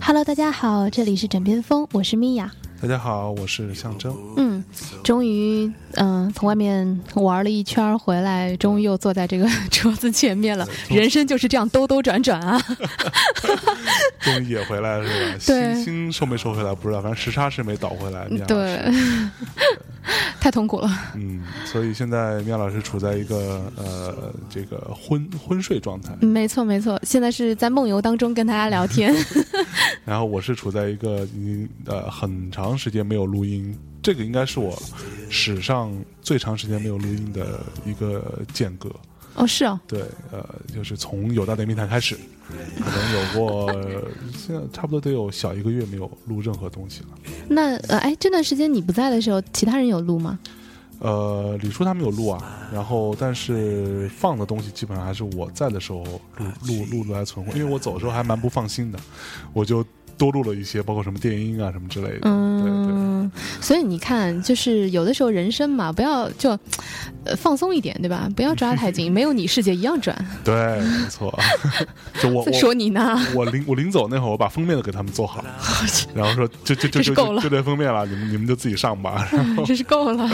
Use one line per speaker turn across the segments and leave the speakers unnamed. Hello，大家好，这里是枕边风，我是米娅。
大家好，我是象征。
嗯，终于，嗯、从外面玩了一圈儿回来，终于又坐在这个 桌子前面了。人生就是这样兜兜转转啊。
终于也回来了是吧？
对
星星收没收回来不知道，反正时差是没倒回来。米娅老
对
师，
太痛苦了。
嗯，所以现在妙老师处在一个呃这个昏昏睡状态，
没错，没错，现在是在梦游当中跟大家聊天。
然后我是处在一个已经呃很长时间没有录音，这个应该是我史上最长时间没有录音的一个间隔。
哦，是哦，
对，呃，就是从有大内密谈开始，可能有过 现在差不多得有小一个月没有录任何东西了。
那呃，哎，这段时间你不在的时候，其他人有录吗？
呃，李叔他们有录啊，然后但是放的东西基本上还是我在的时候录录录录来存货，因为我走的时候还蛮不放心的， 我就多录了一些，包括什么电音啊什么之类的。
嗯，所以你看，就是有的时候人生嘛，不要就、呃放松一点，对吧？不要抓太紧，没有你世界一样转。
对对，没错。 就我
再
我
说你呢，
我临我临走那会儿，我把封面都给他们做好， 然后说就就就
真是
就
够了
就就这封面了，你们你们就自己上 吧。
真是够了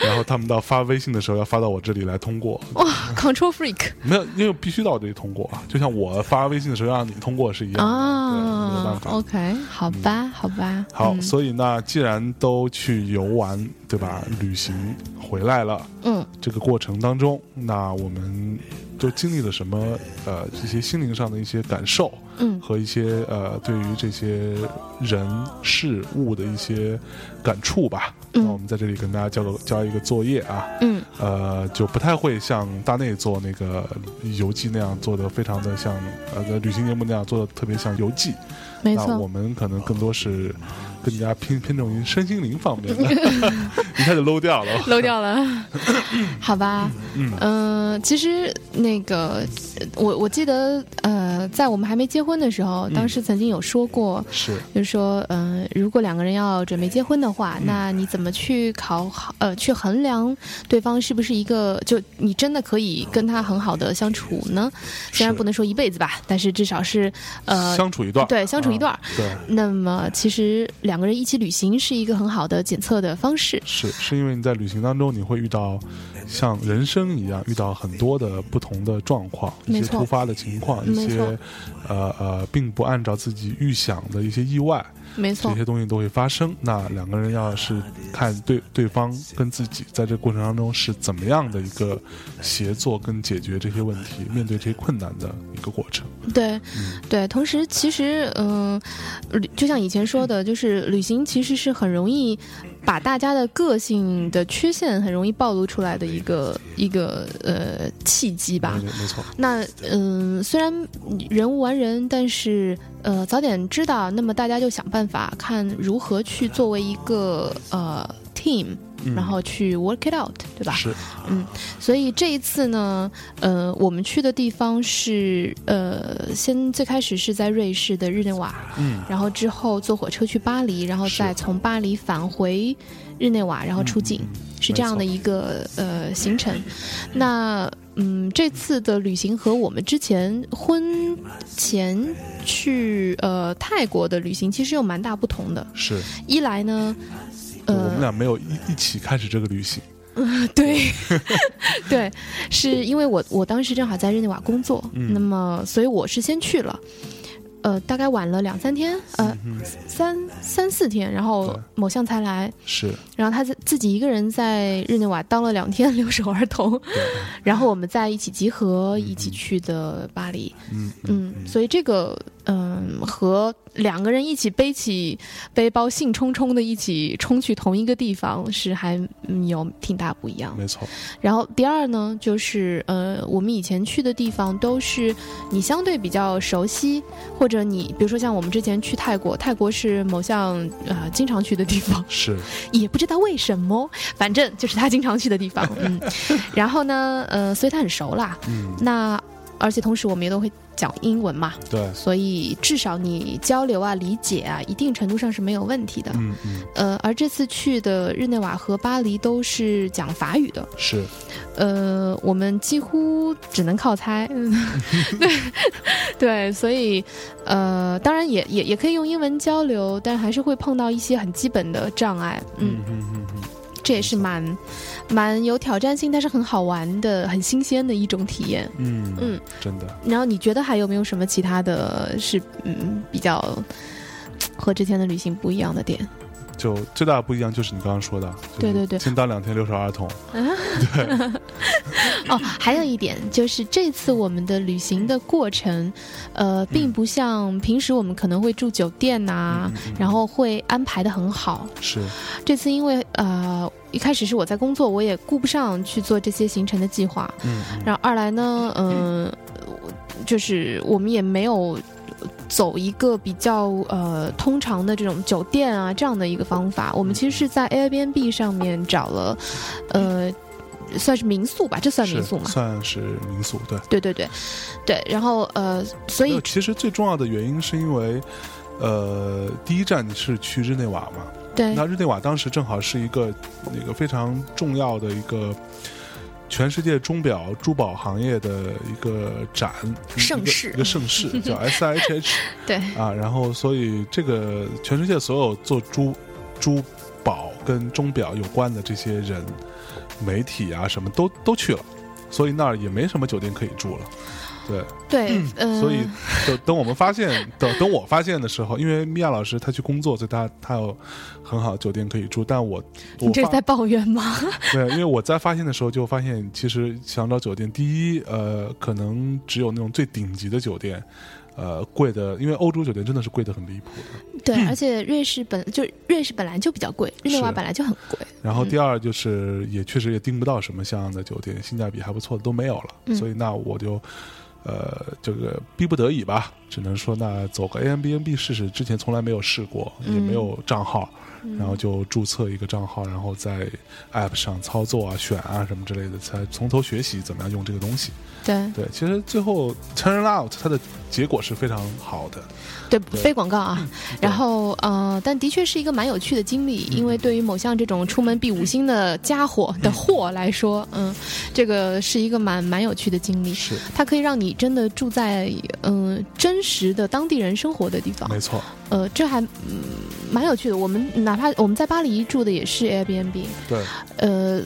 然后他们到发微信的时候要发到我这里来通过，
哇！Control freak
没有，因为必须到我这里通过啊，就像我发微信的时候让你通过是一样的，对，没有办
啊
法。
，OK，好吧，好吧，
好，
嗯
所以呢，既然都去游玩，对吧？旅行回来了，
嗯
这个过程当中，那我们都经历了什么？呃，这些心灵上的一些感受
嗯
和一些呃，对于这些人事物的一些感触吧。
嗯
那我们在这里跟大家交个交一个作业啊，
嗯
呃，就不太会像大内做那个游记那样做的非常的像呃旅行节目那样做的特别像游记，
没
那我
错，
们可能更多是更加偏偏重于身心灵方 面的，一下就 low 掉了。
漏掉 了，好吧，
嗯
嗯、其实那个呃我我记得呃，在我们还没结婚的时候，
嗯
当时曾经有说过，
是，
就是说，嗯、如果两个人要准备结婚的话，
嗯
那你怎么去考好呃去衡量对方是不是一个就你真的可以跟他很好的相处呢？虽然
是
不能说一辈子吧，但是至少是呃
相处一段儿，
对相处一段儿。
啊对，
那么其实两个人一起旅行是一个很好的检测的方式。
是是因为你在旅行当中，你会遇到像人生一样遇到很多的不同的状况，一
没
些
错
突发的情况，一
没
些
错
呃呃，并不按照自己预想的一些意外，
没
这
错，
些东西都会发生。那两个人要是看对对方跟自己在这过程当中是怎么样的一个协作跟解决这些问题，面对这些困难的一个过程。
对，对。同时，其实嗯、旅就像以前说的，就是旅行其实是很容易把大家的个性的缺陷很容易暴露出来的一个一个呃契机吧。
没没错，
那嗯、虽然人无完人，但是呃，早点知道，那么大家就想办法看如何去作为一个呃 team，
嗯
然后去 work it out，对吧？
是
所以这一次呢，呃，我们去的地方是呃，先最开始是在瑞士的日内瓦，
嗯，
然后之后坐火车去巴黎，然后
是
再从巴黎返回日内瓦，然后出境。
嗯嗯
是这样的一个呃行程。那嗯，这次的旅行和我们之前婚前去呃泰国的旅行其实有蛮大不同的。
是，
一来呢，
就我们
呃，
俩没有一一起开始这个旅行。
对 对，是因为我我当时正好在日内瓦工作，
嗯
那么所以我是先去了。呃，大概晚了两三天，呃，
嗯哼，
三三四天，然后
对
某项才来，
是
然后他自自己一个人在日内瓦当了两天 留守儿童，然后我们在一起集合，一起去的巴黎。
嗯
嗯，所以这个嗯，和两个人一起背起背包，兴冲冲的一起冲去同一个地方，是还嗯有挺大不一样。
嗯没错，
然后第二呢，就是呃，我们以前去的地方都是呃你相对比较熟悉，或者你比如说像我们之前去泰国，泰国是某项呃经常去的地方。
是
也不知道为什么，反正就是他经常去的地方。嗯，然后呢，呃，所以他很熟啦。
嗯
那而且同时我们也都会讲英文嘛，
对，
所以至少你交流啊、理解啊，一定程度上是没有问题的。
嗯嗯，
呃，而这次去的日内瓦和巴黎都是讲法语的，
是
呃，我们几乎只能靠猜，对对，所以呃，当然也也也可以用英文交流，但还是会碰到一些很基本的障碍，嗯，
嗯嗯嗯
这也是蛮蛮有挑战性，但是很好玩的、很新鲜的一种体验。
嗯嗯
嗯，
真的，
然后你觉得还有没有什么其他的是嗯比较和之前的旅行不一样的点？
就最大的不一样就是你刚刚说的，就
对
是
对对
先当两天留守儿童，
哦，还有一点就是这次我们的旅行的过程，呃，并不像平时我们可能会住酒店呐、
嗯嗯嗯
啊然后会安排的很好。
是
这次因为呃一开始是我在工作，我也顾不上去做这些行程的计划。
嗯，嗯
然后二来呢，嗯、我就是我们也没有走一个比较呃通常的这种酒店啊这样的一个方法，我们其实是在 Airbnb 上面找了，呃，算是民宿吧，这算民
是
宿嘛？
算是民宿，对。
对对对，对，然后呃，所
没有
以
其实最重要的原因是因为，呃，第一站是去日内瓦嘛，
对
那日内瓦当时正好是一个那个非常重要的一个全世界钟表珠宝行业的一个展一
盛
一个
世
一个盛世 叫 S H H
对
啊，然后所以这个全世界所有做珠珠宝跟钟表有关的这些人、媒体啊什么都都去了，所以那儿也没什么酒店可以住了，对。
对，嗯，
所以等等我们发现，等等我发现的时候，因为米娅老师她去工作，所以她她有很好的酒店可以住，但我我
你这是
发
在抱怨吗？
对，因为我在发现的时候就发现，其实想找酒店，第一呃，可能只有那种最顶级的酒店。呃，贵的，因为欧洲酒店真的是贵的很离谱的。
对，而且瑞士本就瑞士本来就比较贵，日内瓦本来就很贵，
然后第二就是，也确实也订不到什么像样的酒店，性价比还不错的都没有了。
嗯
所以那我就，呃，这个逼不得已吧，只能说那走个 A M B N B 试试。之前从来没有试过，也没有账号，
嗯
然后就注册一个账号，然后在 App 上操作啊、选啊什么之类的，才从头学习怎么样用这个东西。
对
对，其实最后 turn out 它的结果是非常好的。
对，非广告
嗯
啊。然后呃，但的确是一个蛮有趣的经历，因为对于某项这种出门必五星的家伙的货来说，嗯，这个是一个蛮蛮有趣的经历，
是，
它可以让你真的住在嗯、真实的当地人生活的地方。
没错，
呃，这还嗯蛮有趣的。我们哪怕我们在巴黎住的也是 Airbnb，
对，
呃，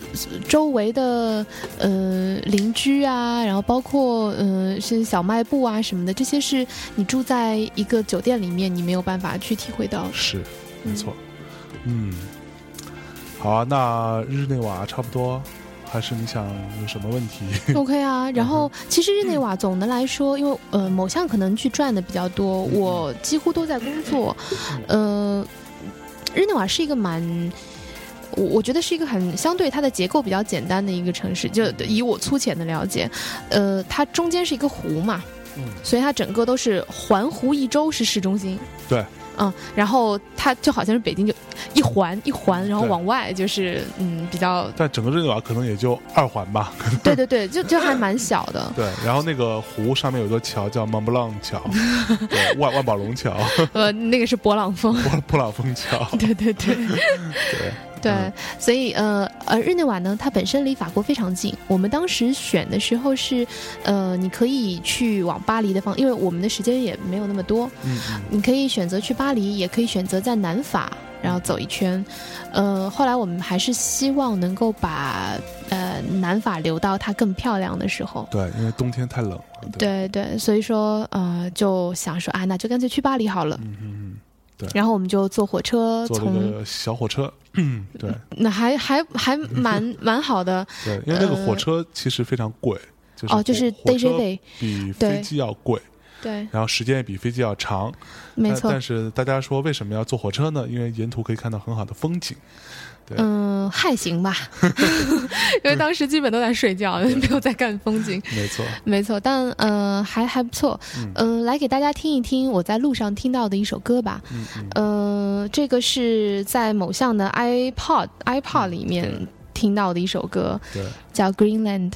周围的呃邻居啊，然后包括呃是小卖部啊什么的，这些是你住在一个酒店里面，你没有办法去体会到的。
是，没错。嗯，好啊，那日内瓦差不多，还是你想有什么问题？
OK 啊，
嗯
然后其实日内瓦总的来说，因为呃某项可能去赚的比较多，
嗯
我几乎都在工作，呃，日内瓦是一个蛮。我我觉得是一个很相对它的结构比较简单的一个城市，就以我粗浅的了解，呃，它中间是一个湖嘛，
嗯
所以它整个都是环湖一周是市中心，
对，
嗯，然后它就好像是北京就一环一环，然后
对
往外就是嗯比较，
但整个日内瓦可能也就二环吧。
对对对，就就还蛮小的，
对，然后那个湖上面有座桥叫蒙布朗桥，对，万万宝龙桥、
呃，那个是勃朗峰，
勃勃朗峰桥，
对对对
哦对，
对，
嗯
所以呃呃，日内瓦呢，它本身离法国非常近。我们当时选的时候是，呃，你可以去往巴黎的方，因为我们的时间也没有那么多，
嗯嗯，
你可以选择去巴黎，也可以选择在南法。然后走一圈，呃，后来我们还是希望能够把呃南法留到它更漂亮的时候，
对，因为冬天太冷了，对，
对对，所以说呃就想说啊，那就干脆去巴黎好了。
嗯嗯
然后我们就坐火车
嗯，坐
从
那个小火车，对
那还还 还蛮蛮好的
对，因为那个火车其实非常贵，就是
呃哦，就是
火
day
火
j
车
day，
比
对
飞机要贵，
对，
然后时间也比飞机要长，
没
但
错
但，是大家说为什么要坐火车呢？因为沿途可以看到很好的风景。对
嗯，还行 吧，因为当时基本都在睡觉，没有在看风景，
没 错，
没错，但呃还还不错，
嗯
嗯、来给大家听一听我在路上听到的一首歌吧，
嗯嗯，
呃，这个是在某项的 iPod iPod 里
嗯对
面听到的一首歌，
对。
叫 Greenland。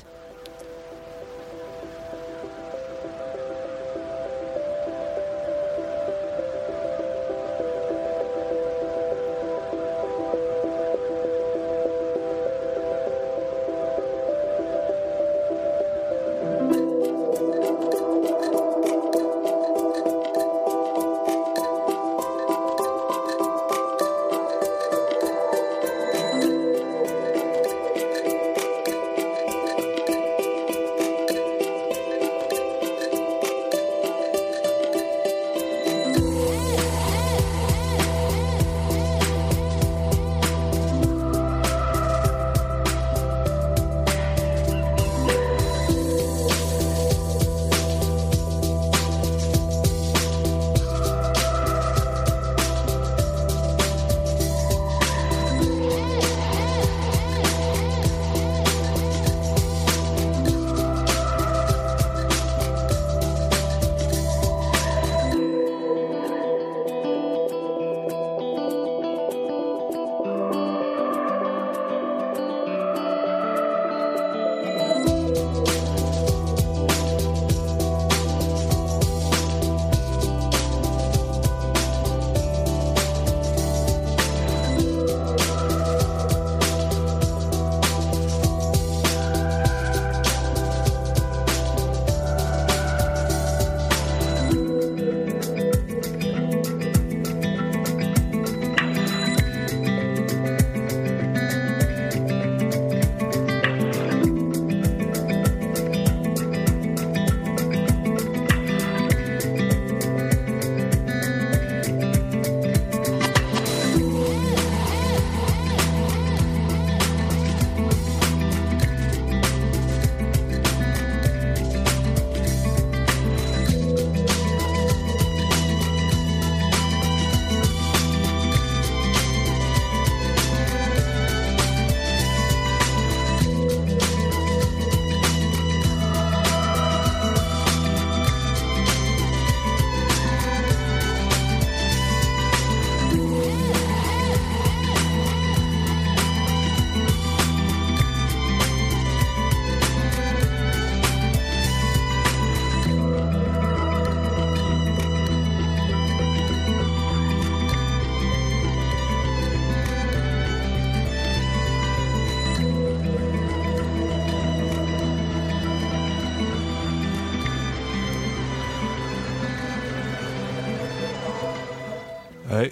哎，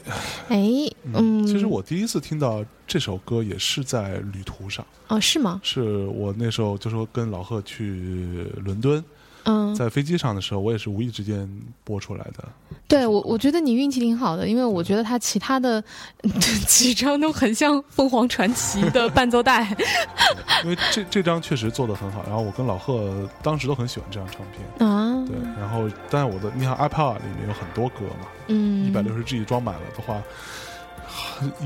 哎，嗯，
其实我第一次听到这首歌也是在旅途上，
哦是吗？
是我那时候就说跟老贺去伦敦，
嗯，
在飞机上的时候，我也是无意之间播出来的。
对我我觉得你运气挺好的，因为我觉得他其他的 几张都很像凤凰传奇的伴奏带。
因为这这张确实做的很好，然后我跟老贺当时都很喜欢这张唱片，
啊，
对，然后但是我的你看 iPod 里面有很多歌嘛，
嗯，
一百六十 G 装满了的话，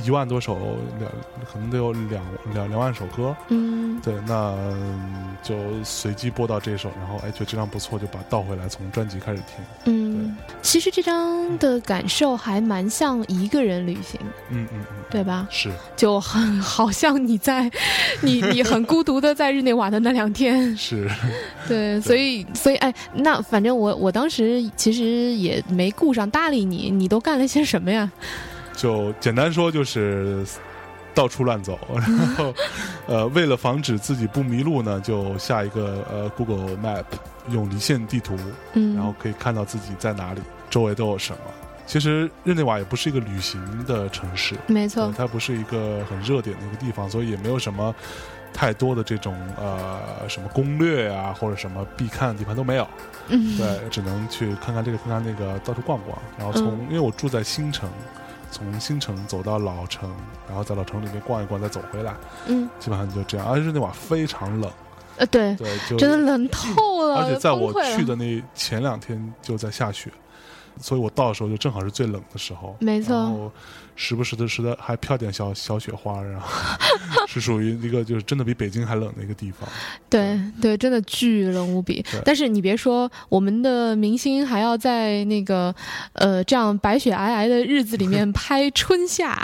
一万多首两可能得有两两两万首歌，
嗯，
对，那嗯就随机播到这首，然后哎觉得这张不错，就把它倒回来从专辑开始听，
嗯，其实这张的感受还蛮像一个人旅行，
嗯嗯嗯，
对吧？
是，
就很好像你在，你你很孤独的在日内瓦的那两 天，
是，
对，所以所以哎，那反正我我当时其实也没顾上搭理你，你都干了些什么呀？
就简单说就是到处 乱走，然后呃，为了防止自己不迷路呢，就下一个呃 Google Map，用离线地图，
嗯，
然后可以看到自己在哪里，周围都有什么。其实日内瓦也不是一个旅行的城市，
没
对
错，
它不是一个很热点的一个地方，所以也没有什么太多的这种呃什么攻略啊，或者什么必看的地方都没有。
嗯，
对，只能去看看这个，看看那个，到处逛逛。然后从，
嗯
因为我住在新城，从新城走到老城，然后在老城里面逛一逛，再走回来，
嗯，
基本上就这样。而且那晚非常冷，
呃，对，
对，就
真的冷透了，
而且在我
崩溃了
去的那前两天就在下雪，所以我到的时候就正好是最冷的时候。
没错
然后时不时的时的还飘点小小雪花，然后 是属于一个就是真的比北京还冷的一个地 方。
对对，真的巨冷无比
对。
但是你别说，我们的明星还要在那个呃这样白雪皑皑的日子里 面拍春夏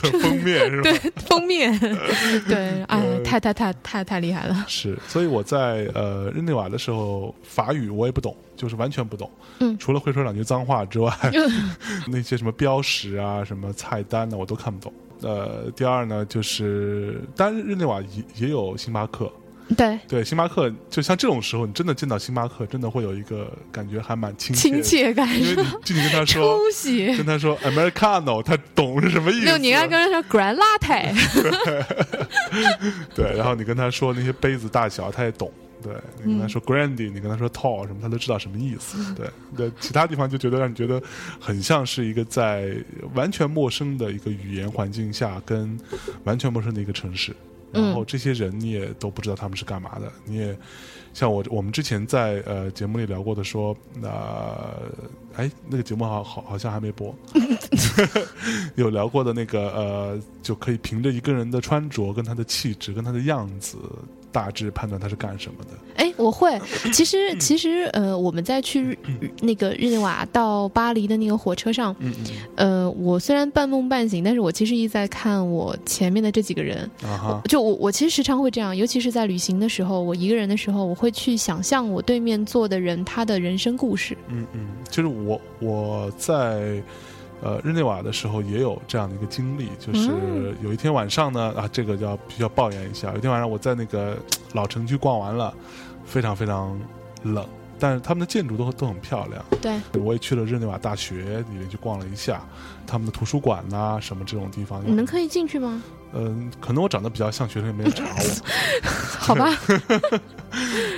对，封面是吧？
封面， 对，哎
呃，
太太太太太厉害了。
是，所以我在呃日内瓦的时候，法语我也不懂，就是完全不懂。
嗯
除了会说两句脏话之 外， 那些什么标识啊、什么菜单呢，我都看不懂。呃，第二呢，就是，当然日内瓦也也有星巴克，
对，
对，星巴克就像这种时候，你真的见到星巴克，真的会有一个感觉还蛮亲切
亲，
的
切感
因为你就你跟他说，
出息。
跟 他说 Americano，他懂是什么意思？啊
没有，你应该跟他说 “grand latte”。
对，然后你跟他说那些杯子大小，他也懂。对你跟他说 grandy，、你跟他说 tall 什么，他都知道什么意思。对，对，其他地方就觉得让你觉得很像是一个在完全陌生的一个语言环境下，跟完全陌生的一个城市。然后这些人你也都不知道他们是干嘛的，你也像我我们之前在呃节目里聊过的说，那、哎那个节目好好好像还没播， 有聊过的那个呃，就可以凭着一个人的穿着、跟他的气质、跟他的样子，大致判断他是干什么的。
哎，我会。其
嗯
实，其实，呃，我们在去日那个日内瓦到巴黎的那个火车上，
嗯
呃，我虽然半梦半醒，但是我其实一直在看我前面的这几个人。
嗯啊哈，
就我我其实时常会这样，尤其是在旅行的时候，我一个人的时候，我会去想象我对面坐的人他的人生故事。
嗯嗯，就是我我在呃日内瓦的时候也有这样的一个经历，就是
嗯
有一天晚上呢啊，这个要必须要抱怨一下，有一天晚上我在那个老城区逛完了，非常非常冷，但是他们的建筑都都很漂亮。
对，
我也去了日内瓦大学里面去逛了一下，他们的图书馆呐、什么这种地方，
你们可以进去吗？
嗯，可能我长得比较像学生，也没人查我，
好吧，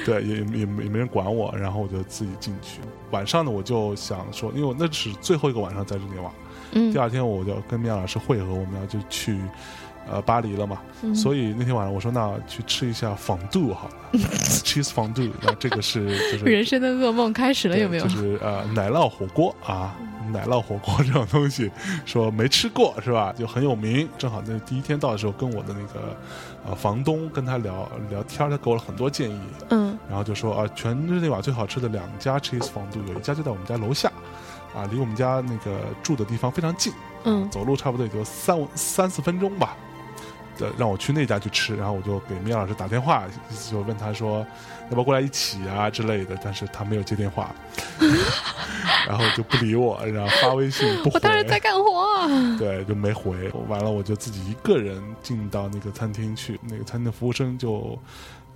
对，也也也也没人管我，然后我就自己进去。晚上呢，我就想说，因为我那是最后一个晚上在日内瓦，
嗯
第，二天我就跟米娅老师会合，我们要就去呃巴黎了嘛，
嗯
所以那天晚上我说那去吃一下仿 度好了，cheese fondue，那这个是就是
人生的噩梦开始了，
对
有没有
就？是呃奶酪火锅啊，奶酪火锅这种东西，说没吃过是吧？就很有名。正好那第一天到的时候，跟我的那个呃房东跟他聊聊天儿，他给我了很多建议，
嗯
然后就说啊，全日内瓦最好吃的两家 cheese 房度，有一家就在我们家楼下，啊，离我们家那个住的地方非常近，
嗯
走路差不多也就三五三四分钟吧。呃，让我去那家去吃，然后我就给米娅老师打电话，就问他说要不要过来一起啊之类的，但是他没有接电话， 然后就不理我，然后发微信不回，
我当时在干活啊。
对，就没回。完了，我就自己一个人进到那个餐厅去，那个餐厅的服务生就。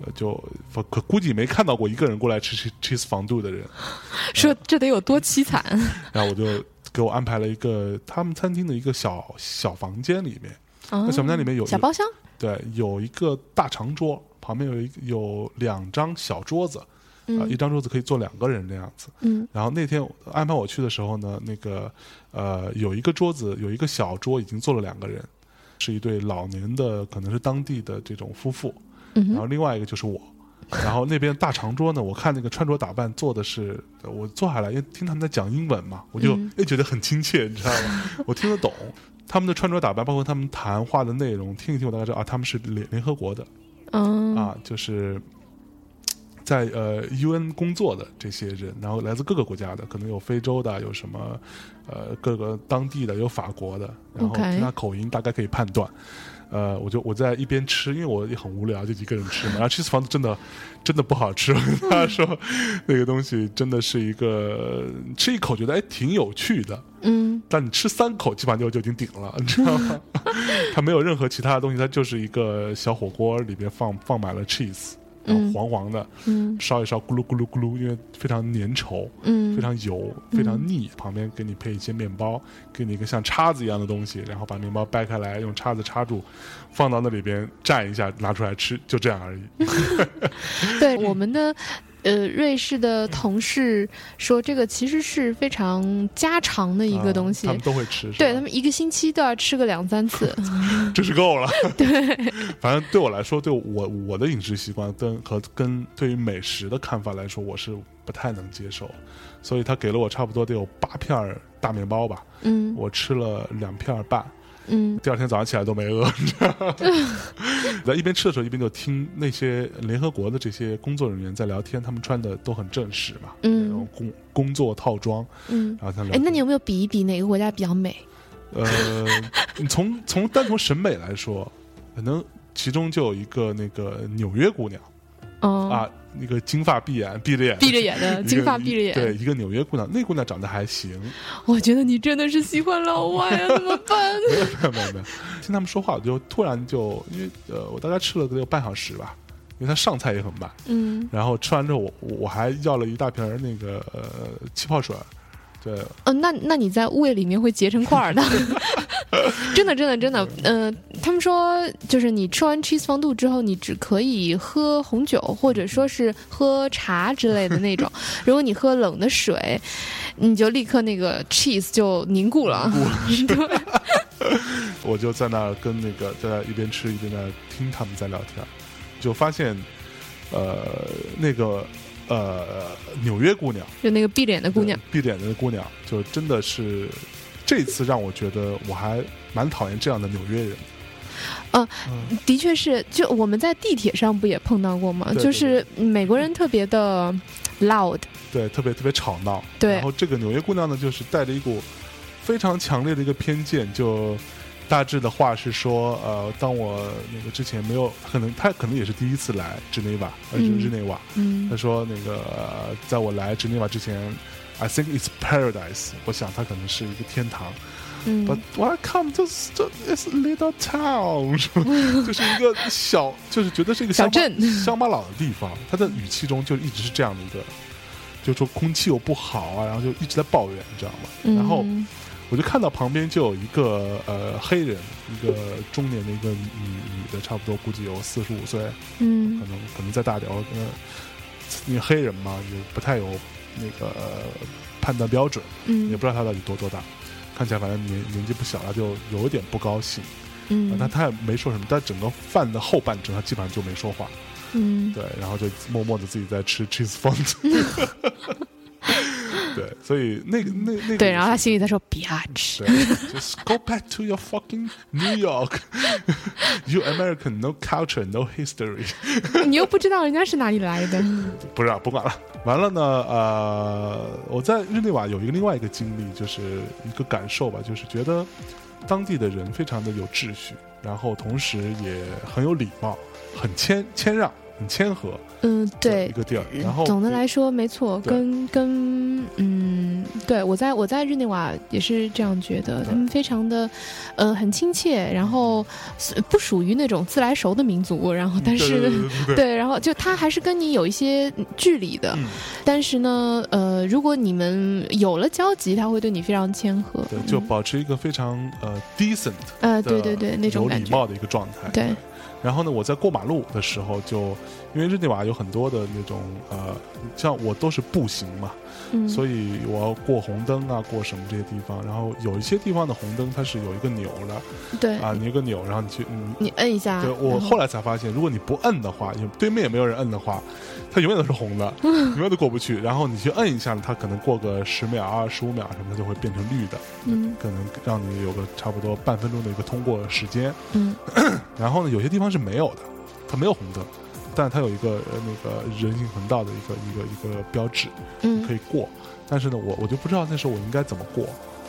呃，就可可估计没看到过一个人过来吃 cheese cheese 防度的人，
说这得有多凄惨？啊
然后我就给我安排了一个他们餐厅的一个小小房间里面，
啊
那小房间里面有
小包厢，
对有一个大长桌，旁边有一个有两张小桌子，啊、一
嗯
张桌子可以坐两个人这样子。
嗯
然后那天我安排我去的时候呢，那个呃有一个桌子有一个小桌已经坐了两个人，是一对老年的可能是当地的这种夫妇，
嗯
然
哼
后另外一个就是我。然后那边大长桌呢，我看那个穿着打扮做的是，我坐下来，因为听他们在讲英文嘛，我就
嗯
哎觉得很亲切，你知道 吗？我听得懂他们的穿着打扮，包括他们谈话的内容，听一听我大概知道啊，他们是联联合国的，
嗯
啊，就是在呃 UN 工作的这些人，然后来自各个国家的，可能有非洲的，有什么呃各个当地的，有法国的，然后
OK
听他口音大概可以判断。呃，我就我在一边吃，因为我也很无聊，就一个人吃嘛。然后 cheese 房子真的真的不好吃，我跟大家说，那个东西真的是一个吃一口觉得哎挺有趣的，
嗯
但你吃三口，基本上就就已经顶了，你知 道吗？它没有任何其他的东西，它就是一个小火锅，里边放放满了 cheese，然后
嗯
黄黄的，
嗯
烧一烧，咕噜咕噜咕噜，因为非常粘稠，
嗯，
非常油，非常腻。旁边给你配一些面包，给你一个像叉子一样的东西，然后把面包掰开来，用叉子插住，放到那里边蘸一下，拿出来吃，就这样而已。
对我们的呃瑞士的同事说，这个其实是非常家常的一
啊
个东西。
他们都会吃，是
对
吧
嗯他们一个星期都要吃个两三 次，
真是 够了。对，反正对我来说，对我我的饮食习惯跟和跟对于美食的看法来说，我是不太能接受。所以他给了我差不多得有八片儿大面包吧，
嗯
我吃了两片儿半，
嗯
第二天早上起来都没饿。你知道 吗 在一边吃的时候，一边就听那些联合国的这些工作人员在聊天，他们穿的都很正式嘛，
嗯
那种工工作套装，
嗯。
然后他聊
哎，
天。
那你有没有比一比哪个国家比较美？
呃， 你从从单从审美来说，可能其中就有一个那个纽约姑娘、
嗯，
啊，那个金发碧眼，闭着眼，
闭着眼 的
一个
金发碧着眼，
对，一个纽约姑娘，那姑娘长得 还行，
我觉得你真的是喜欢老外啊，怎么办？
没有没有没有没有，听他们说话，我就突然就因为呃，我大概吃了得有半小时吧，因为他上菜也很慢，
嗯
然后吃完之后我我还要了一大瓶儿那个呃气泡水儿，对，
哦，那那你在胃里面会结成块儿的， 真的真的真的，嗯、他们说就是你吃完 cheese 方度之后，你只可以喝红酒或者说是喝茶之类的那 种，如果你喝冷的水，你就立刻那个 cheese 就凝固了， 对，
我就在那儿跟那个在那儿一边吃一边在那儿听他们在聊天儿，就发现，呃，那个呃纽约姑娘，
就那个闭脸的姑娘，
对，闭着眼睛的姑娘，就真的是这次让我觉得我还蛮讨厌这样的纽约人。
啊
嗯，
的确是，就我们在地铁上不也碰到过吗？
对嗯
就是美国人特别的 loud，
对，特别特别吵闹。
对
然后这个纽约姑娘呢，就是带着一股非常强烈的一个偏见，就大致的话是说，呃，当我那个之前没有，可能她可能也是第一次来日内瓦，呃，
嗯
日内瓦。
嗯
他说那个、呃在我来日内瓦之前，I think it's paradise。我想它可能是一个天堂。
嗯
But when I come, just just- it's a little town，是 吧就是一个小，就是觉得是一个
小
乡巴
镇
乡巴佬的地方。他的语气中就一直是这样的一个，就说空气又不好啊，然后就一直在抱怨，你知道吗？然后
嗯
我就看到旁边就有一个呃黑人，一个中年的一个女女的，差不多估计有四十五岁，
嗯
可能可能再大点，我呃，因为黑人嘛，也不太有那个呃判断标准，呃也
嗯
不知道他到底多多大，看起来反正年年纪不小了，就有点不高兴。
嗯，
但他也没说什么，但整个饭的后半程他基本上就没说话，
嗯
对，然后就默默的自己在吃 cheese fondue。对，所以那个那那个
对，然后他心里在说啊 “bitch”，
对，just go back to your fucking New York. You American, no culture, no history.
你又不知道人家是哪里来的。
不是、啊，不管了。完了呢，呃，我在日内瓦有一个另外一个经历，就是一个感受吧，就是觉得当地的人非常的有秩序，然后同时也很有礼貌，很谦谦让，很谦和
嗯，
的一
对，
个地儿。然后
总的来说没错，
对
跟跟嗯嗯，对我在我在日内瓦也是这样觉得，他们非常的，呃，很亲切，然后呃不属于那种自来熟的民族，然后但是
嗯对对对对对，
对，然后就他还是跟你有一些距离的，
嗯
但是呢，呃，如果你们有了交集，他会对你非常谦和，
对，就
嗯
保持一个非常呃 decent
呃，
的
对对对，那种
有
感
礼
觉，
貌的一个状态。
对，
然后呢，我在过马路的时候就，因为日内瓦有很多的那种呃，像我都是步行嘛，
嗯，
所
以
以我要过红灯啊，过什么这些地方，然后有一些地方的红灯它是有一个钮的
对嗯
啊，你有个钮，然后你去嗯。
你摁一下，
对，我
然
后来才发现，如果你不摁的话，也对面也没有人摁的话，它永远都是红 的，永远都过不去。然后你去摁一下，它可能过个十秒啊、十五秒什么，它就会变成绿的，
嗯
可能让你有个差不多半分钟的一个通过时间。
嗯
然后呢，有些地方是没有的，它没有红灯，但是它有一个呃那个人行横道的一个一个一个标志可
嗯
以过。但是呢，我我就不知道那时候我应该怎么过，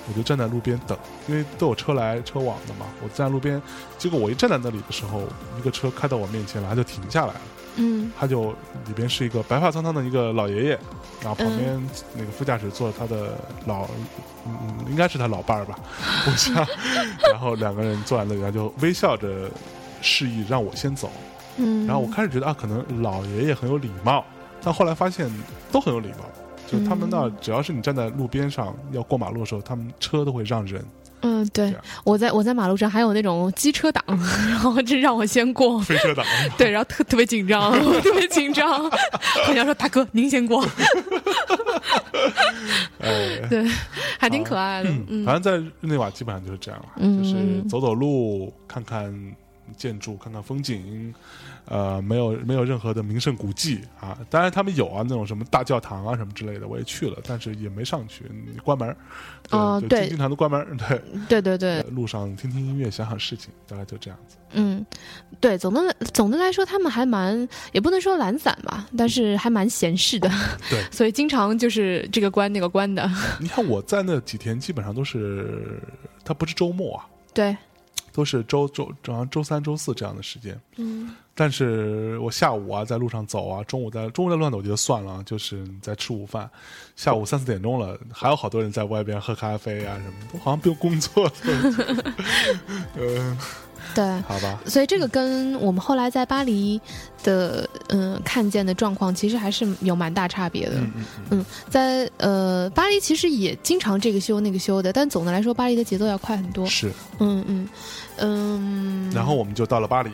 我就站在路边等，因为都有车来车往的嘛。我站在路边，结果我一站在那里的时候，一个车开到我面前来，他就停下来了。
嗯
他就里边是一个白发苍苍的一个老爷爷，然后旁边那个副驾驶坐着他的老，嗯，嗯应该是他老伴儿吧， 我想，然后两个人坐在那里，他就微笑着示意让我先走，
嗯，
然后我开始觉得啊，可能老爷爷很有礼貌，但后来发现都很有礼貌，就他们那
嗯
只要是你站在路边上要过马路的时候，他们车都会让人，
嗯，对
这样
我在我在马路上还有那种机车党， 然后这让我先过，
飞车党，
对，然后特特别紧张， 我特别紧张， 好像说大哥您先 过，
哎，
还挺可爱的，
嗯，
嗯
反正在日内瓦基本上就是这样了，
嗯
就是走走路，看看建筑，看看风景，呃，没有没有任何的名胜古迹啊。当然他们有啊，那种什么大教堂啊什么之类的，我也去了，但是也没上去，你关门儿。对
哦
就
对
经常都关门儿。嗯对，
对对对，
路上听听音乐，想想事情，大概就这样子。
嗯，对，总的来总的来说，他们还蛮也不能说懒散吧，但是还蛮闲适的。
对
所以经常就是这个关那个关的。
你看我在那几天基本上都是，它不是周末啊，
对，
都是周周，好像周三、周四这样的时间。
嗯
但是我下午啊，在路上走啊，中午在中午在路上走我觉得算了啊，就是在吃午饭，下午三四点钟了，还有好多人在外边喝咖啡啊什么，我好像不用工作了。 嗯、
对。
好吧，
所以这个跟我们后来在巴黎的嗯、呃看见的状况，其实还是有蛮大差别的。
嗯嗯嗯，
在呃巴黎其实也经常这个修那个修的，但总的来说，巴黎的节奏要快很多。
是。
嗯嗯嗯。
然后我嗯们就到了巴黎，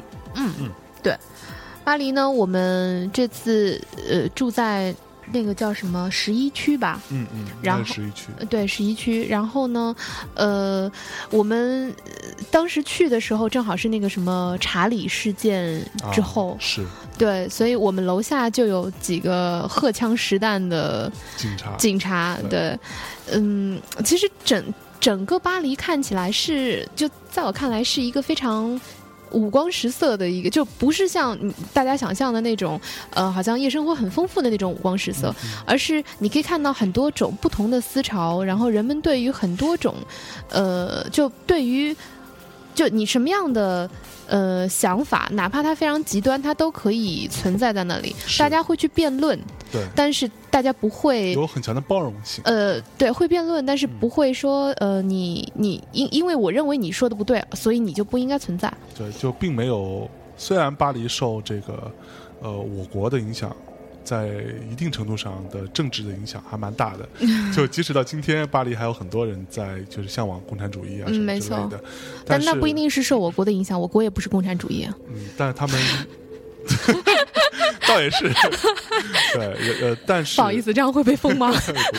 巴黎呢，我们这次呃住在那个叫什么十一区吧？
嗯嗯，
然后
那是十一区，
呃对，十一区。然后呢，呃，我们呃当时去的时候正好是那个什么查理事件
啊
之后，
是
对，所以我们楼下就有几个荷枪实弹的
警察，
警察。
对
对，嗯，其实整整个巴黎看起来是，就在我看来是一个非常。五光十色的一个，就不是像你大家想象的那种，呃，好像夜生活很丰富的那种五光十色，
嗯
而是你可以看到很多种不同的思潮，然后人们对于很多种，呃，就对于就你什么样的呃想法，哪怕它非常极端，它都可以存在在那里。
是
大家会去辩论，
对，
但是大家不会
有很强的包容性，
呃，对，会辩论，但是不会说呃，你你因因为我认为你说的不对，所以你就不应该存在。
对，就并没有。虽然巴黎受这个呃我国的影响，在一定程度上的政治的影响还蛮大 的。就即使到今天，巴黎还有很多人在就是向往共产主义啊
嗯
什么
没
之类
错
的，
但
是
那不一，定是受我国的影响，我国也不是共产主义啊。
嗯，但是他们倒也是对呃，呃但是
不好意，思，这样会被封 吗？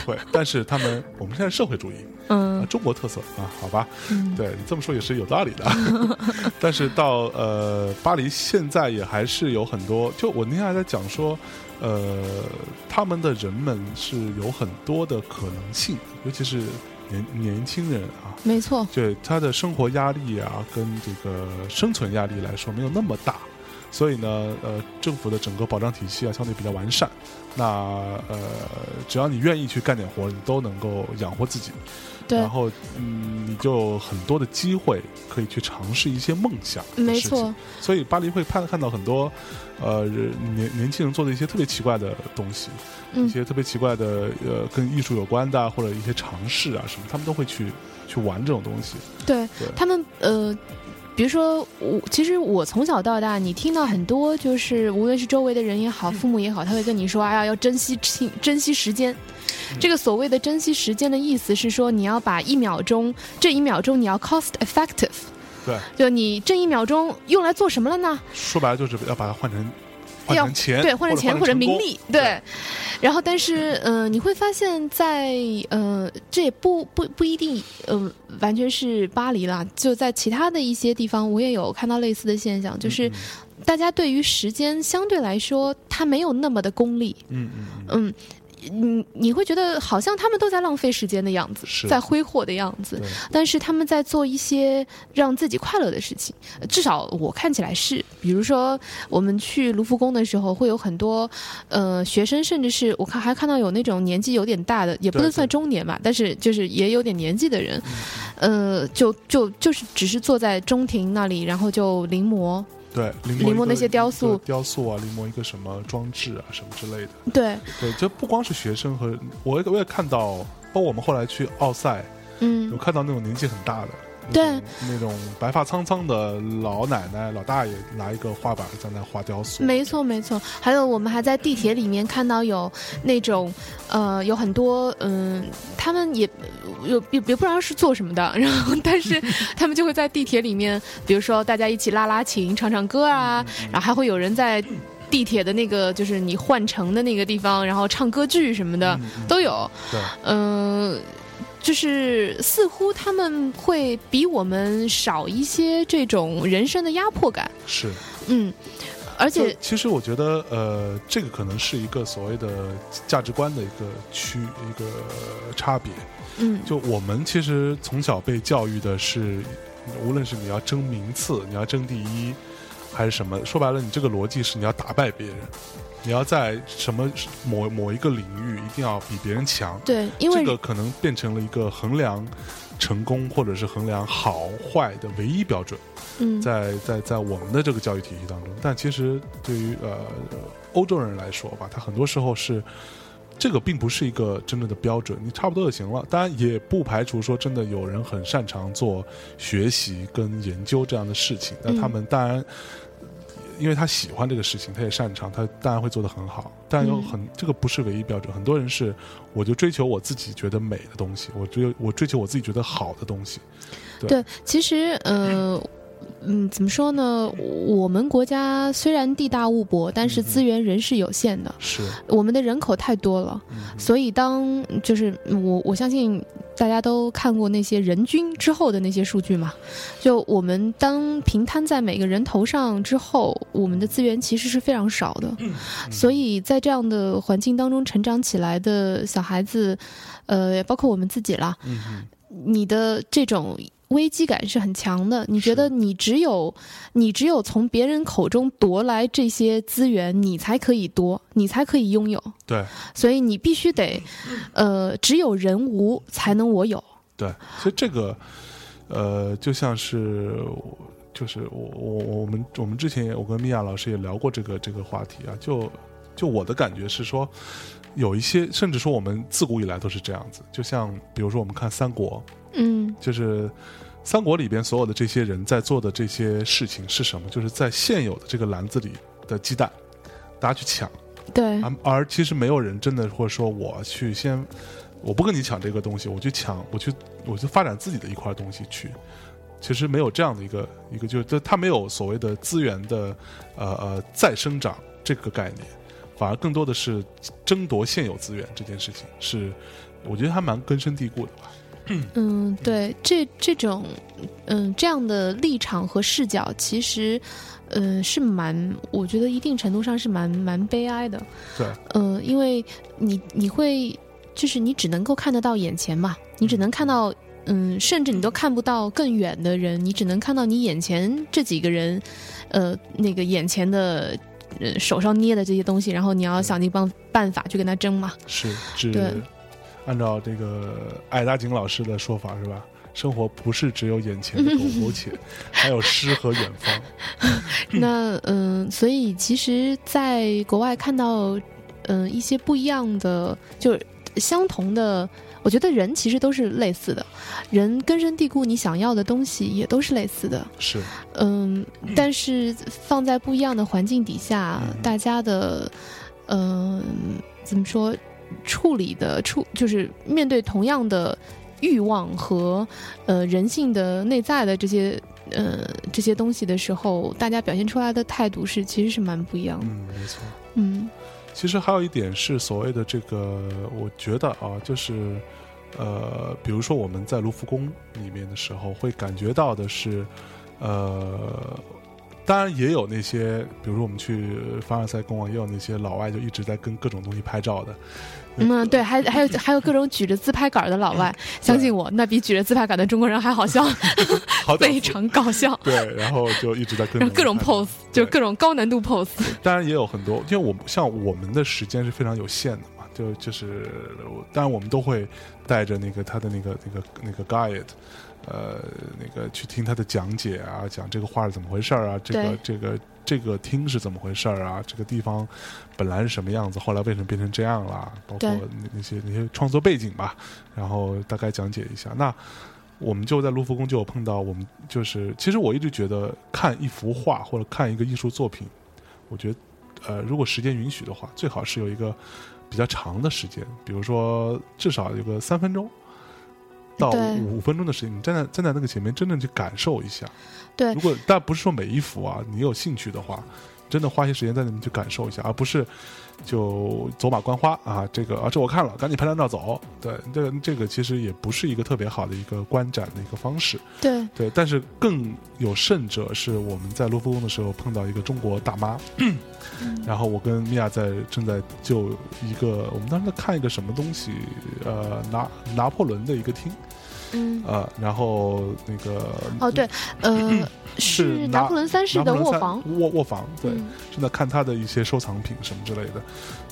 不会，但是他们我们现在社会主义啊、
嗯
中国特色啊，好吧，
嗯
对你这么说也是有道理的， 但是到呃巴黎现在也还是有很多，就我那天还在讲说，呃，他们的人们是有很多的可能性，尤其是年年轻人啊，
没错，
对他的生活压力啊，跟这个生存压力来说没有那么大。所以呢，呃，政府的整个保障体系啊相对比较完善。那呃，只要你愿意去干点活，你都能够养活自己。
对
然，后嗯，你就有很多的机会可以去尝试一些梦想。
没错。，
所以巴黎会看看到很多，呃，年年轻人做的一些特别奇怪的东西，一
嗯，
些特别奇怪的呃跟艺术有关的啊或者一些尝试啊什么，他们都会去去玩这种东西。
对
对
他们呃。比如说，我其实我从小到大，你听到很多就是，无论是周围的人也
嗯
好，父母也好，他会跟你说：“哎呀，要珍惜亲，珍惜时间。”
嗯
这个所谓的珍惜时间的意思是说，你要把一秒钟，这一秒钟你要 cost effective，
对，
就你这一秒钟用来做什么了呢？
说白了就是要把它换成换
要
成钱，
对，换成钱或者
成
名
功
利，
对
对。然后，但是，呃，你会发现在呃，这也不不不一定，呃，完全是巴黎啦，就在其他的一些地方，我也有看到类似的现象，就是
嗯
大家对于时间相对来说，它没有那么的功利，
嗯嗯嗯嗯，
嗯。你你会觉得好像他们都在浪费时间的样子
是，
在挥霍的样子，
对，
但是他们在做一些让自己快乐的事情，呃至少我看起来是。比如说，我们去卢浮宫的时候，会有很多呃学生，甚至是我看还看到有那种年纪有点大的，也不
对
能算
对
中年吧，但是就是也有点年纪的人，呃，就就就是只是坐在中庭那里，然后就临摹。
对，临
临摹
摹
那
一个
些雕塑
一个雕塑啊，临摹一个什么装置啊，什么之类的。
对，
对，这不光是学生和我，我也看到，包括我们后来去奥赛，有
嗯，
看到那种年纪很大的，
对
那种，那种白发苍苍的老奶奶、老大爷拿一个画板在那画雕塑，
没错没错。还有我们还在地铁里面看到有那种呃有很多嗯、他们也有也也不知道是做什么的， 然后但 是他们就会在地铁里面，比如说大家一起拉拉琴、唱唱歌啊，
嗯
然后还会有人在地铁的那个就是你换乘的那个地方，然后唱歌剧什么的、
嗯嗯
都有。
对，
嗯、就是似乎他们会比我们少一些这种人生的压迫感，
是。
嗯，而
就
且
其实我觉得，呃，这个可能是一个所谓的价值观的一个区一个差别。
嗯，
就我们其实从小被教育的是，无论是你要争名次，你要争第一，还是什么，说白了，你这个逻辑是你要打败别人，你要在什么某某一个领域一定要比别人强。
对，因为
这个可能变成了一个衡量成功或者是衡量好坏的唯一标准，
嗯，
在在在我们的这个教育体系当中。但其实对于呃欧洲人来说吧，他很多时候是。这个并不是一个真正的标准，你差不多就行了。当然，也不排除说真的有人很擅长做学习跟研究这样的事情。那
嗯
他们当然，因为他喜欢这个事情，他也擅长，他当然会做得很好。但有很、这个不是唯一标准，很多人是我就追求我自己觉得美的东西，我追我追求我自己觉得好的东西。
对，其实呃。嗯，怎么说呢？我们国家虽然地大物博，但是
嗯嗯
资源仍是有限的。
是，
我们的人口太多了，
嗯哼
所以当就是我我相信大家都看过那些人均之后的那些数据嘛，就我们当平摊在每个人头上之后，我们的资源其实是非常少的，
嗯
所以在这样的环境当中成长起来的小孩子，呃，也包括我们自己啦，
嗯哼
你的这种危机感是很强的。你觉得你只有你只有从别人口中夺来这些资源，你才可以多，你才可以拥有。
对
所以你必须得，呃，只有人无才能我有。
对，所以这个呃，就像是就是我我我们我们之前也我跟米娅老师也聊过这个这个话题啊，就就我的感觉是说。有一些，甚至说我们自古以来都是这样子。就像比如说，我们看三国，
嗯
就是三国里边所有的这些人在做的这些事情是什么？就是在现有的这个篮子里的鸡蛋，大家去抢，
对，
而啊而其实没有人真的会说我去先，我不跟你抢这个东西，我去抢，我去我去发展自己的一块东西去。其实没有这样的一个一个，就是它没有所谓的资源的呃呃再生长这个概念，反而更多的是争夺现有资源这件事情，是我觉得还蛮根深蒂固的吧。
嗯，对，这这种，嗯，这样的立场和视角，其实，嗯，是蛮，我觉得一定程度上是蛮蛮悲哀的。
对，
嗯，因为你你会，就是你只能够看得到眼前嘛，你只能看到，嗯，甚至你都看不到更远的人，你只能看到你眼前这几个人，呃，那个眼前的。呃，手上捏的这些东西，然后你要想尽办办法去跟他争嘛。
是只
对
按照这个艾达景老师的说法是吧？生活不是只有眼前的苟苟且，还有诗和远方。
那嗯、呃所以其实，在国外看到嗯、呃一些不一样的，就是相同的，我觉得人其实都是类似的，人根深蒂固，你想要的东西也都是类似的。
是
嗯，但是放在不一样的环境底下，
嗯
大家的，嗯、怎么说，处理的处就是面对同样的欲望和呃人性的内在的这些呃这些东西的时候，大家表现出来的态度是其实是蛮不一样的。
嗯，没错。
嗯
其实还有一点是所谓的这个，我觉得啊，就是呃，比如说我们在卢浮宫里面的时候，会感觉到的是，呃，当然也有那些，比如说我们去凡尔赛宫啊，也有那些老外就一直在跟各种东西拍照的，
嗯，对，还还有还有各种举着自拍杆的老外，相信我，那比举着自拍杆的中国人还好笑，
好屌
非常搞笑。
对，然后就一直在跟
然后各种
拍照
pose，就
对
各种高难度 pose。
当然也有很多，因为我像我们的时间是非常有限的嘛，就就是，我当然我们都会带着那个他的那个那个那个 guide，呃，那个去听他的讲解啊，讲这个画是怎么回事儿啊，这个
对
这个这个厅是怎么回事儿啊，这个地方本来是什么样子，后来为什么变成这样啦，包括
对
那那些那些创作背景吧，然后大概讲解一下。那我们就在卢浮宫就有碰到，我们就是其实我一直觉得看一幅画或者看一个艺术作品，我觉得呃，如果时间允许的话，最好是有一个比较长的时间，比如说至少有个三分钟。到
对
五五分钟的时间，你站在站在那个前面，真正去感受一下。
对
如果但不是说每一幅啊，你有兴趣的话，真的花些时间在里面去感受一下，而不是就走马观花啊。这个啊，这我看了，赶紧拍张照走。对，这个这个其实也不是一个特别好的一个观展的一个方式。
对，
对，但是更有甚者是我们在卢浮宫的时候碰到一个中国大妈， 然后我跟米娅在正在就一个，我们当时在看一个什么东西，呃，拿拿破仑的一个厅
嗯，
啊、呃然后那个
哦，对，呃，
嗯是
是
拿
拿破仑三世
拿破
的
仑
卧
三
房，
卧卧房对，
嗯
正在看他的一些收藏品什么之类的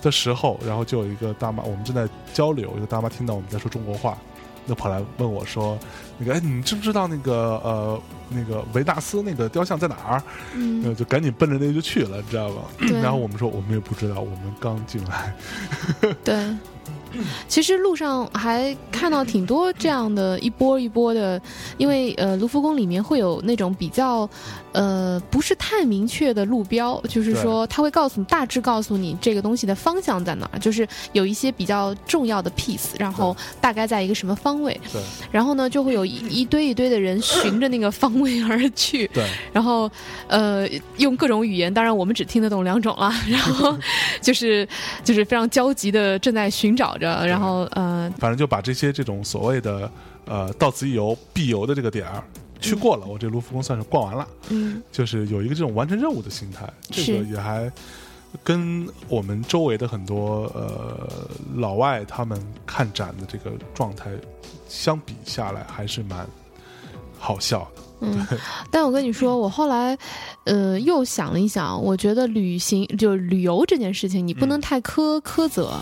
的时候，然后就有一个大妈，我们正在交流，一个大妈听到我们在说中国话，那跑来问我说：“那个，哎，你知不知道那个呃那个维纳斯那个雕像在哪儿？”那
嗯，
呃就赶紧奔着那个就去了，你知道吧？
对
然后嗯我们说我们也不知道，我们刚进来，
对。其实路上还看到挺多这样的一波一波的，因为呃，卢浮宫里面会有那种比较，呃，不是太明确的路标，就是
对
说它会告诉你大致告诉你这个东西的方向在哪儿，就是有一些比较重要的 piece，然后大概在一个什么方位，
对
然后呢就会有一一堆一堆的 人循着那个方位而去，
对
然后呃，用各种语言，当然我们只听得懂两种啊。然后就是就是非常焦急的正在寻找着，然后呃，
反正就把这些这种所谓的呃到此一游必游的这个点儿去过了，我这卢浮宫算是逛完了，
嗯，
就是有一个这种完成任务的心态，这个
是
也还跟我们周围的很多呃老外他们看展的这个状态相比下来，还是蛮好笑的。
嗯 但我跟你说，我后来呃又想了一想，我觉得旅行就是旅游这件事情，你不能太苛苛责。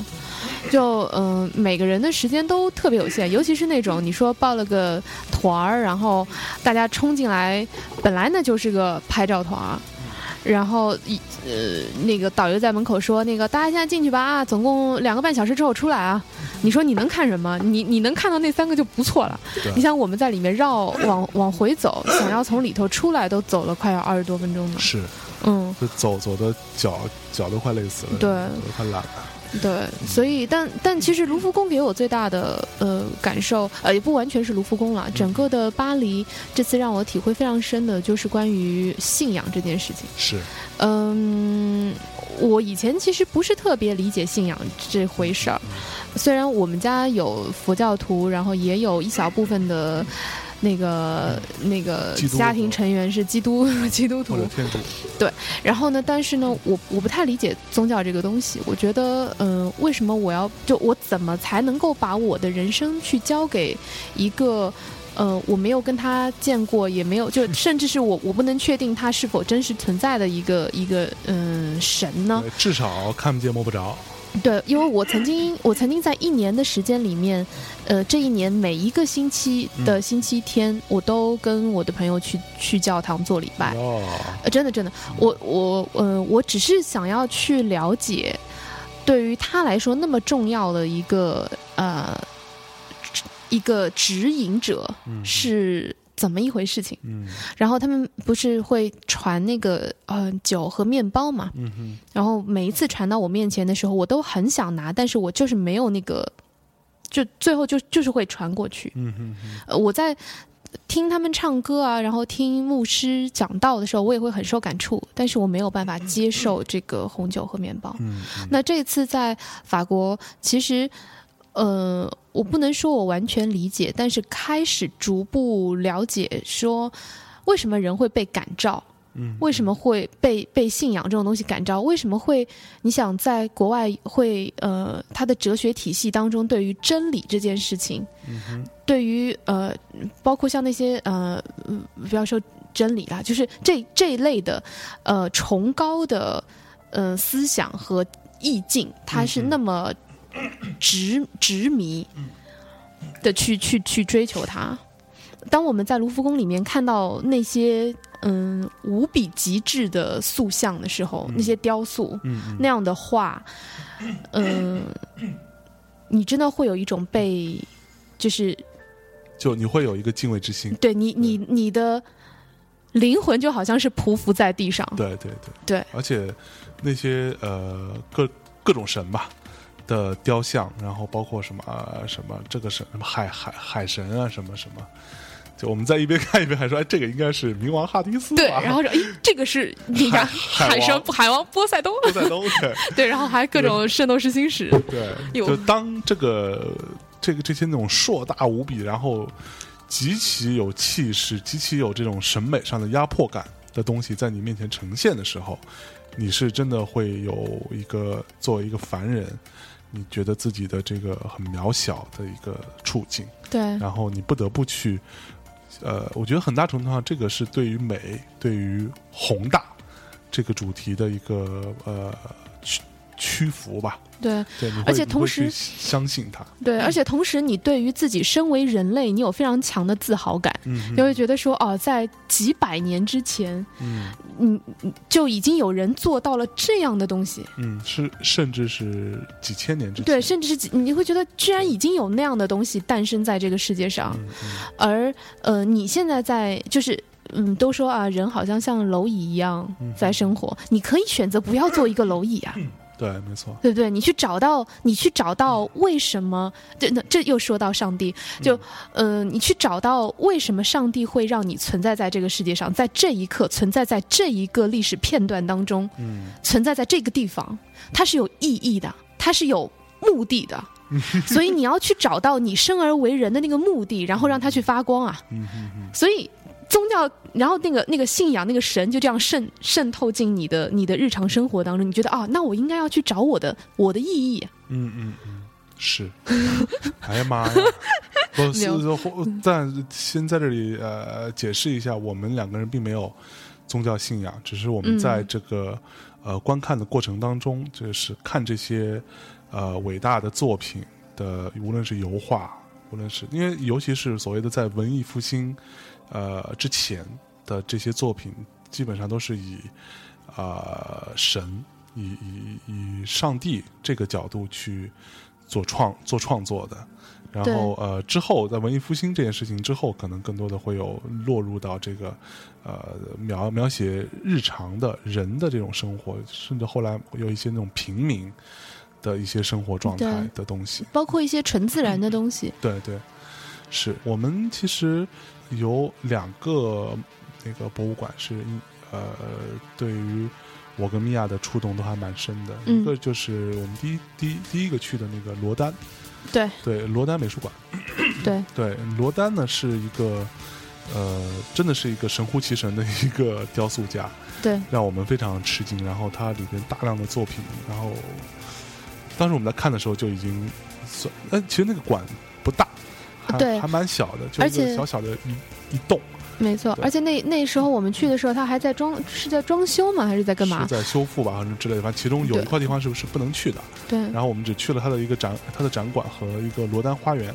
就嗯、呃每个人的时间都特别有限，尤其是那种你说报了个团儿，然后大家冲进来，本来那就是个拍照团儿，然后一呃，那个导游在门口说，那个大家现在进去吧啊，总共两个半小时之后出来啊。
嗯
你说你能看什么？你你能看到那三个就不错了
对。
你想我们在里面绕往往回走，想要从里头出来，都走了快要二十多分钟呢。
是，
嗯，
就走走的脚脚都快累死了，
对
走得快懒了。
对，所以但但其实卢浮宫给我最大的呃感受，呃也不完全是卢浮宫了，整个的巴黎这次让我体会非常深的就是关于信仰这件事情。
是，
嗯，我以前其实不是特别理解信仰这回事儿，虽然我们家有佛教徒，然后也有一小部分的。那个那个
基督
家庭成员是基督 基督徒
或，者天 主，
然后呢，但是呢，我我不太理解宗教这个东西。我觉得，嗯、为什么我要就我怎么才能够把我的人生去交给一个呃，我没有跟他见过，也没有，就甚至是我我不能确定他是否真实存在的一个一个嗯、神呢。
对至少看不见摸不着。
对，因为我曾经我曾经在一年的时间里面，呃，这一年每一个星期的星期天，我都跟我的朋友去去教堂做礼拜。
哦，
呃，真的真的，我我呃，我只是想要去了解，对于他来说那么重要的一个呃一个指引者
嗯，
是怎么一回事情。
嗯
然后他们不是会传那个呃酒和面包嘛，
嗯哼，
然后每一次传到我面前的时候，我都很想拿，但是我就是没有那个，就最后就就是会传过去。
嗯哼哼，
呃，我在听他们唱歌啊，然后听牧师讲道的时候，我也会很受感触，但是我没有办法接受这个红酒和面包。
嗯，
那这次在法国，其实，呃，我不能说我完全理解，但是开始逐步了解说。为什么人会被感召？
嗯
为什么会被被信仰这种东西感召？为什么会你想在国外会呃，他的哲学体系当中对于真理这件事情，
嗯哼
对于呃，包括像那些呃，嗯不要说真理啦，啊就是这这一类的呃崇高的呃思想和意境，它是
嗯嗯嗯
那么执执迷的去去去追求它。当我们在卢浮宫里面看到那些嗯无比极致的塑像的时候，那些雕塑，
嗯
那样的 话，嗯、你真的会有一种被，就是
嗯，就你会有一个敬畏之心。
对你你
嗯
你的灵魂就好像是匍匐在地上，
对对对
嗯对，
而且那些呃各各种神吧的雕像，然后包括什么、呃什么这个神什么海海海神啊什么什么，就我们在一边看一边还说，哎，这个应该是冥王哈迪斯吧，
对，然后说，哎，这个是你看
海
海神
王
海王波塞冬，
都在东对
对，然后还各种圣斗士星矢，
对，
有
就当这个这个这些那种硕大无比，然后极其有气势、极其有这种审美上的压迫感的东西在你面前呈现的时候，你是真的会有一个作为一个凡人，你觉得自己的这个很渺小的一个处境，
对
然后你不得不去，呃，我觉得很大程度上这个是对于美、对于宏大这个主题的一个呃屈屈服吧。
对
对，你会
而且
你
同
会
时
去相信他，
对，而且同时，你对于自己身为人类，你有非常强的自豪感，
嗯
你会觉得说，哦，在几百年之前，
嗯
嗯，就已经有人做到了这样的东西，
嗯，是甚至是几千年之前，
对，甚至是几你会觉得，居然已经有那样的东西诞生在这个世界上，
嗯嗯
而呃，你现在在就是。嗯，都说啊，人好像像蝼蚁一样
嗯
在生活。你可以选择不要做一个蝼蚁啊，
对，没错，
对不对？你去找到，你去找到为什么？这那这又说到上帝，就嗯、呃，你去找到为什么上帝会让你存在在这个世界上，在这一刻存在在这一个历史片段当中，
嗯
存在在这个地方，它是有意义的，它是有目的 的。所以你要去找到你生而为人的那个目的，然后让它去发光啊！
嗯嗯嗯
所以宗教，然后那个那个信仰，那个神就这样渗渗透进你的你的日常生活当中，你觉得啊，那我应该要去找我的我的意义。
嗯嗯嗯， 是，哎 呀妈呀！我是
有
我但先在这里呃解释一下，我们两个人并没有宗教信仰，只是我们
嗯
在这个、呃观看的过程当中，就是看这些呃伟大的作品的，无论是油画，无论是因为尤其是所谓的在文艺复兴呃之前的这些作品，基本上都是以呃神以以以上帝这个角度去做创做创作的。然后呃，之后在文艺复兴这件事情之后，可能更多的会有落入到这个呃描描写日常的人的这种生活，甚至后来有一些那种平民的一些生活状态
对
的东西。
包括一些纯自然的东 西，
对对，是我们其实有两个那个博物馆是一呃，对于我跟米娅的触动都还蛮深的。
嗯
一个就是我们第一第一第一个去的那个罗丹，
对
对罗丹美术馆，
对，
对罗丹呢是一个呃，真的是一个神乎其神的一个雕塑家，
对，
让我们非常吃惊。然后它里边大量的作品，然后当时我们在看的时候就已经算，哎，其实那个馆不大，还还
对
还蛮小的，就
而
一个
且
小小的一一栋，
没错。
对嗯
而且那那时候我们去的时候，他还在装，是在装修吗？还是在干嘛
是？在修复吧，反正之类的。反正其中有一
对
块地方是不是不能去的，
对，
然后我们只去了它的一个展，它的展馆和一个罗丹花园。啊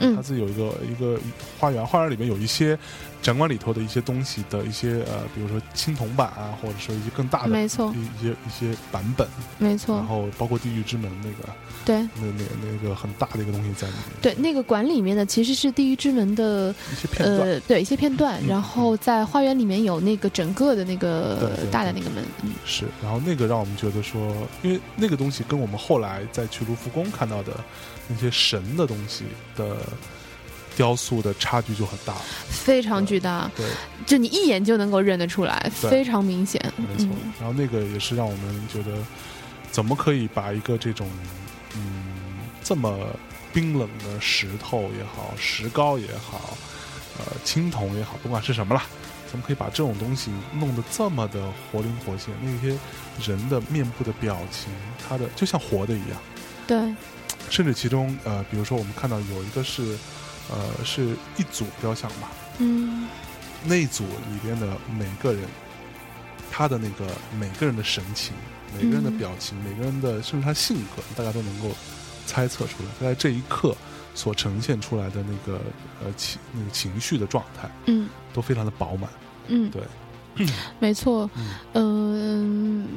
嗯
它自己有一个一个花园，花园里面有一些展馆里头的一些东西的一些呃，比如说青铜版啊，或者说一些更大的
没错，
一一些一些版本，
没
然
错，
后包括地狱之门那个
对
那那那个很大的一个东西在里面，
对，那个馆里面的其实是《地狱之门》的
一些片段。
呃，对一些片段，
嗯
然后在花园里面有那个整个的那
对
个
对对
大的那个门，嗯
是，然后那个让我们觉得说，因为那个东西跟我们后来再去卢浮宫看到的那些神的东西的雕塑的差距就很大了。
非常巨大，
对，
就你一眼就能够认得出来，
对
非常明显。
没错。
嗯，
然后那个也是让我们觉得，怎么可以把一个这种嗯这么冰冷的石头也好，石膏也好，呃青铜也好，不管是什么啦。怎么可以把这种东西弄得这么的活灵活现？那些人的面部的表情，他的就像活的一样。
对，
甚至其中呃，比如说我们看到有一个是，呃，是一组雕像吧，
嗯，
那一组里边的每个人，他的那个每个人的神情、每个人的
嗯
表情、每个人的甚至他性格，大家都能够猜测出来，在这一刻所呈现出来的那个呃情那个情绪的状态
嗯，
都非常的饱满。
嗯，
对，
没错，
嗯
嗯、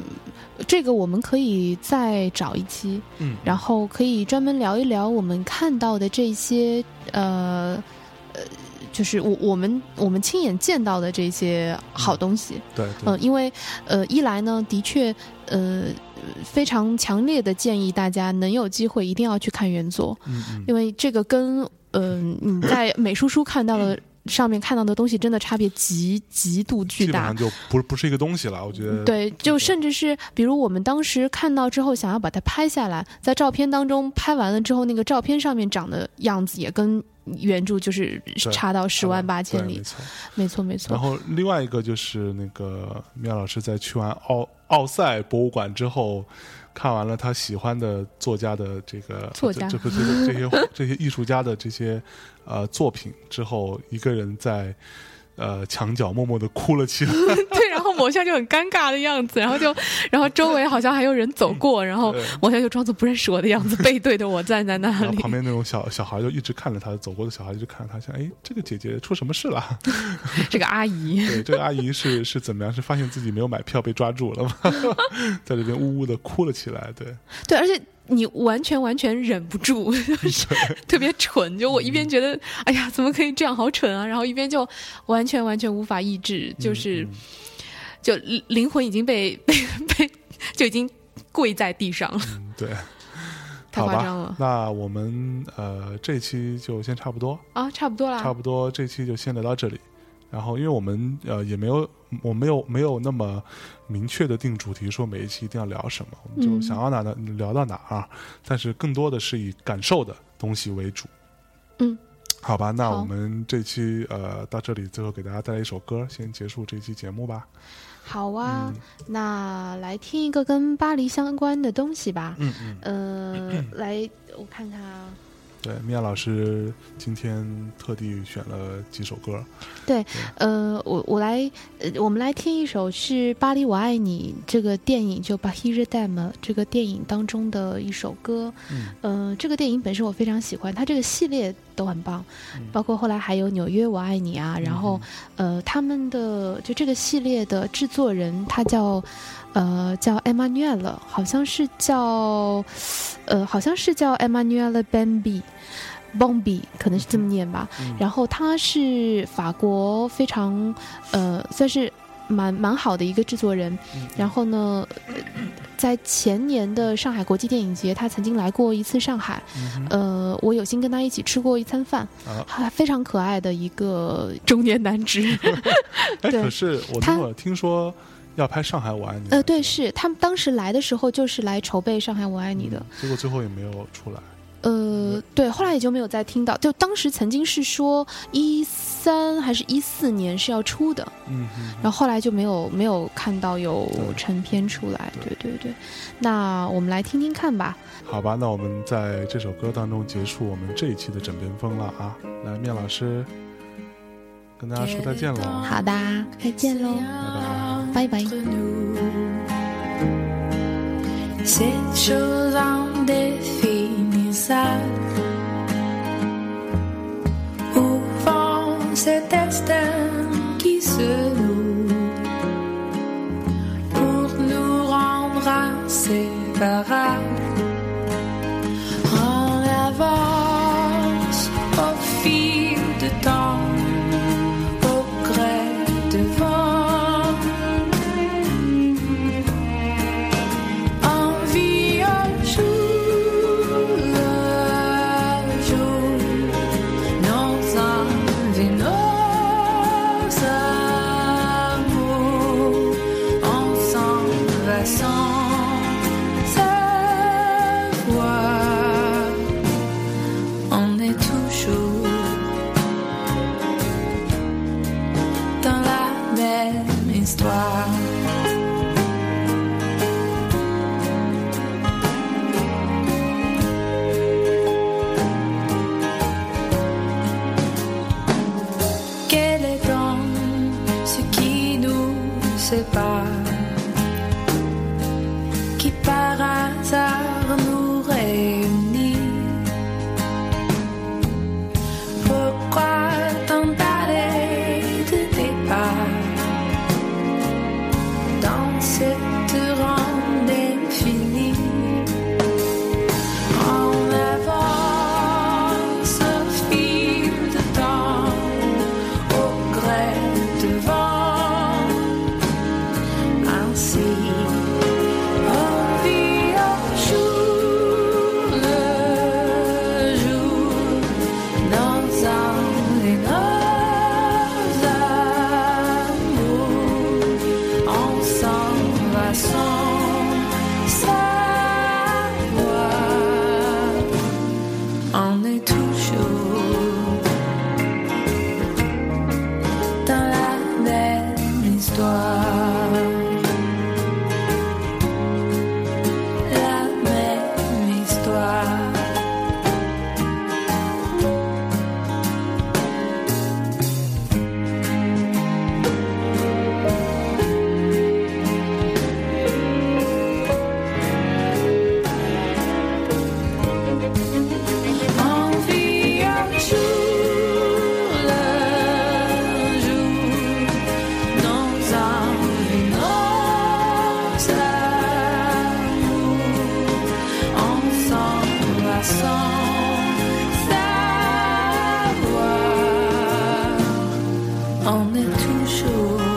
这个我们可以再找一期，
嗯，
然后可以专门聊一聊我们看到的这些呃呃，就是我我们我们亲眼见到的这些好东西。
对对
嗯，因为呃，一来呢，的确呃，非常强烈的建议大家能有机会一定要去看原作，
嗯嗯
因为这个跟呃你在美术书看到 的上面看到的东西真的差别极极度
基
巨
本
大
上。就不是不是一个东西了，我觉得。
对，就甚至是比如我们当时看到之后，想要把它拍下来，在照片当中拍完了之后，那个照片上面长的样子也跟原著就是
对
差到十万八千
对
里
没。错。
没错，没错
然。后另外一个就是那个妙老师在去完奥奥赛博物馆之后，看完了他喜欢的作家的这个
作家
这不这个这些这些艺术家的这些呃作品之后，一个人在呃墙角默默的哭 了起来。
对，然后某夏就很尴尬的样子，然后就， 然后周围好像还有人走过，然后
对
某夏就装作不认识我的样子，背对着我站在那
然后
里。
旁边那种小小孩就一直看着他，走过的小孩就看着他，想哎，这个姐姐出什么事了？
这个阿姨，
对，这个阿姨是是怎么样？是发现自己没有买票被抓住了吗？ 在这边呜呜的哭了起来。对，
对，而且你完全完全忍不住， 就是特别蠢。就我一
嗯
边觉得，哎呀，怎么可以这样，好蠢啊！然后一边就完全完全无法抑制，就是、
嗯
就灵灵魂已经被被被就已经跪在地上了，
嗯对。
太
好吧
夸张了
那我们呃这期就先差不多，
啊！差不多啦，
差不多这期就先聊到这里。然后，因为我们呃也没有，我没有没有那么明确的定主题，说每一期一定要聊什么，我们就
嗯
想要哪的聊到哪儿，啊但是更多的是以感受的东西为主。
嗯，
好吧，那
好
我们这期呃到这里，最后给大家带来一首歌，先结束这期节目吧。
好啊。
嗯
那来听一个跟巴黎相关的东西吧。
嗯嗯，
呃，来，我看看啊。
对，米娅老师今天特地选了几首歌，
呃，我我来，呃，我们来听一首是《巴黎我爱你》这个电影，就《巴 a 日 i 姆》这个电影当中的一首歌。
嗯
呃，这个电影本身我非常喜欢，它这个系列都很棒
嗯，
包括后来还有《纽约我爱你》啊，然后呃，他们的就这个系列的制作人，他叫呃叫 Emmanuel，好像是叫呃好像是叫 Emmanuel Bambi。Bombi 可能是这么念吧，
嗯
然后他是法国非常呃算是蛮蛮好的一个制作人，
嗯
然后呢，呃在前年的上海国际电影节，他曾经来过一次上海，
嗯哼
呃，我有幸跟他一起吃过一餐饭，
啊
还非常可爱的一个中年男子。
哎，
对
可是我那
他
会儿听说要拍《上海我爱你》，
呃，对，是他们当时来的时候就是来筹备《上海我爱
嗯
你》的，，
结果最后也没有出来。
呃，对，后来也就没有再听到。就当时曾经是说一三还是一四年是要出的，
嗯哼，
然后后来就没有没有看到有成片出来。对对对，那我们来听听看吧。
好吧，那我们在这首歌当中结束我们这一期的枕边风了啊！来，面老师跟大家说再见了，
好的，再见喽，拜拜。
Cette chose indéfinissable Où vont ces destins qui se nouent Pour nous rendre inséparables En avance au fil de temps Au gré de vent Envie au jour le jour, nos âmes et nos amours, on s'en va sans savoir, on est toujours dans la même histoire. Quel est donc ce qui nous sépare Qui par hasard nous réunit Pourquoi tant d'arrêt de départ Dans cette ronde infinie en avance au fil de temps, au gré de vent, ainsi on vit au jour le jour, nos âmes et nos amours, on s'en va sans savoir. On est toujours dans la même histoire. La même histoire. On vit un jour le jour, nos envies, nos amours, on s'en va sans savoir, on est toujours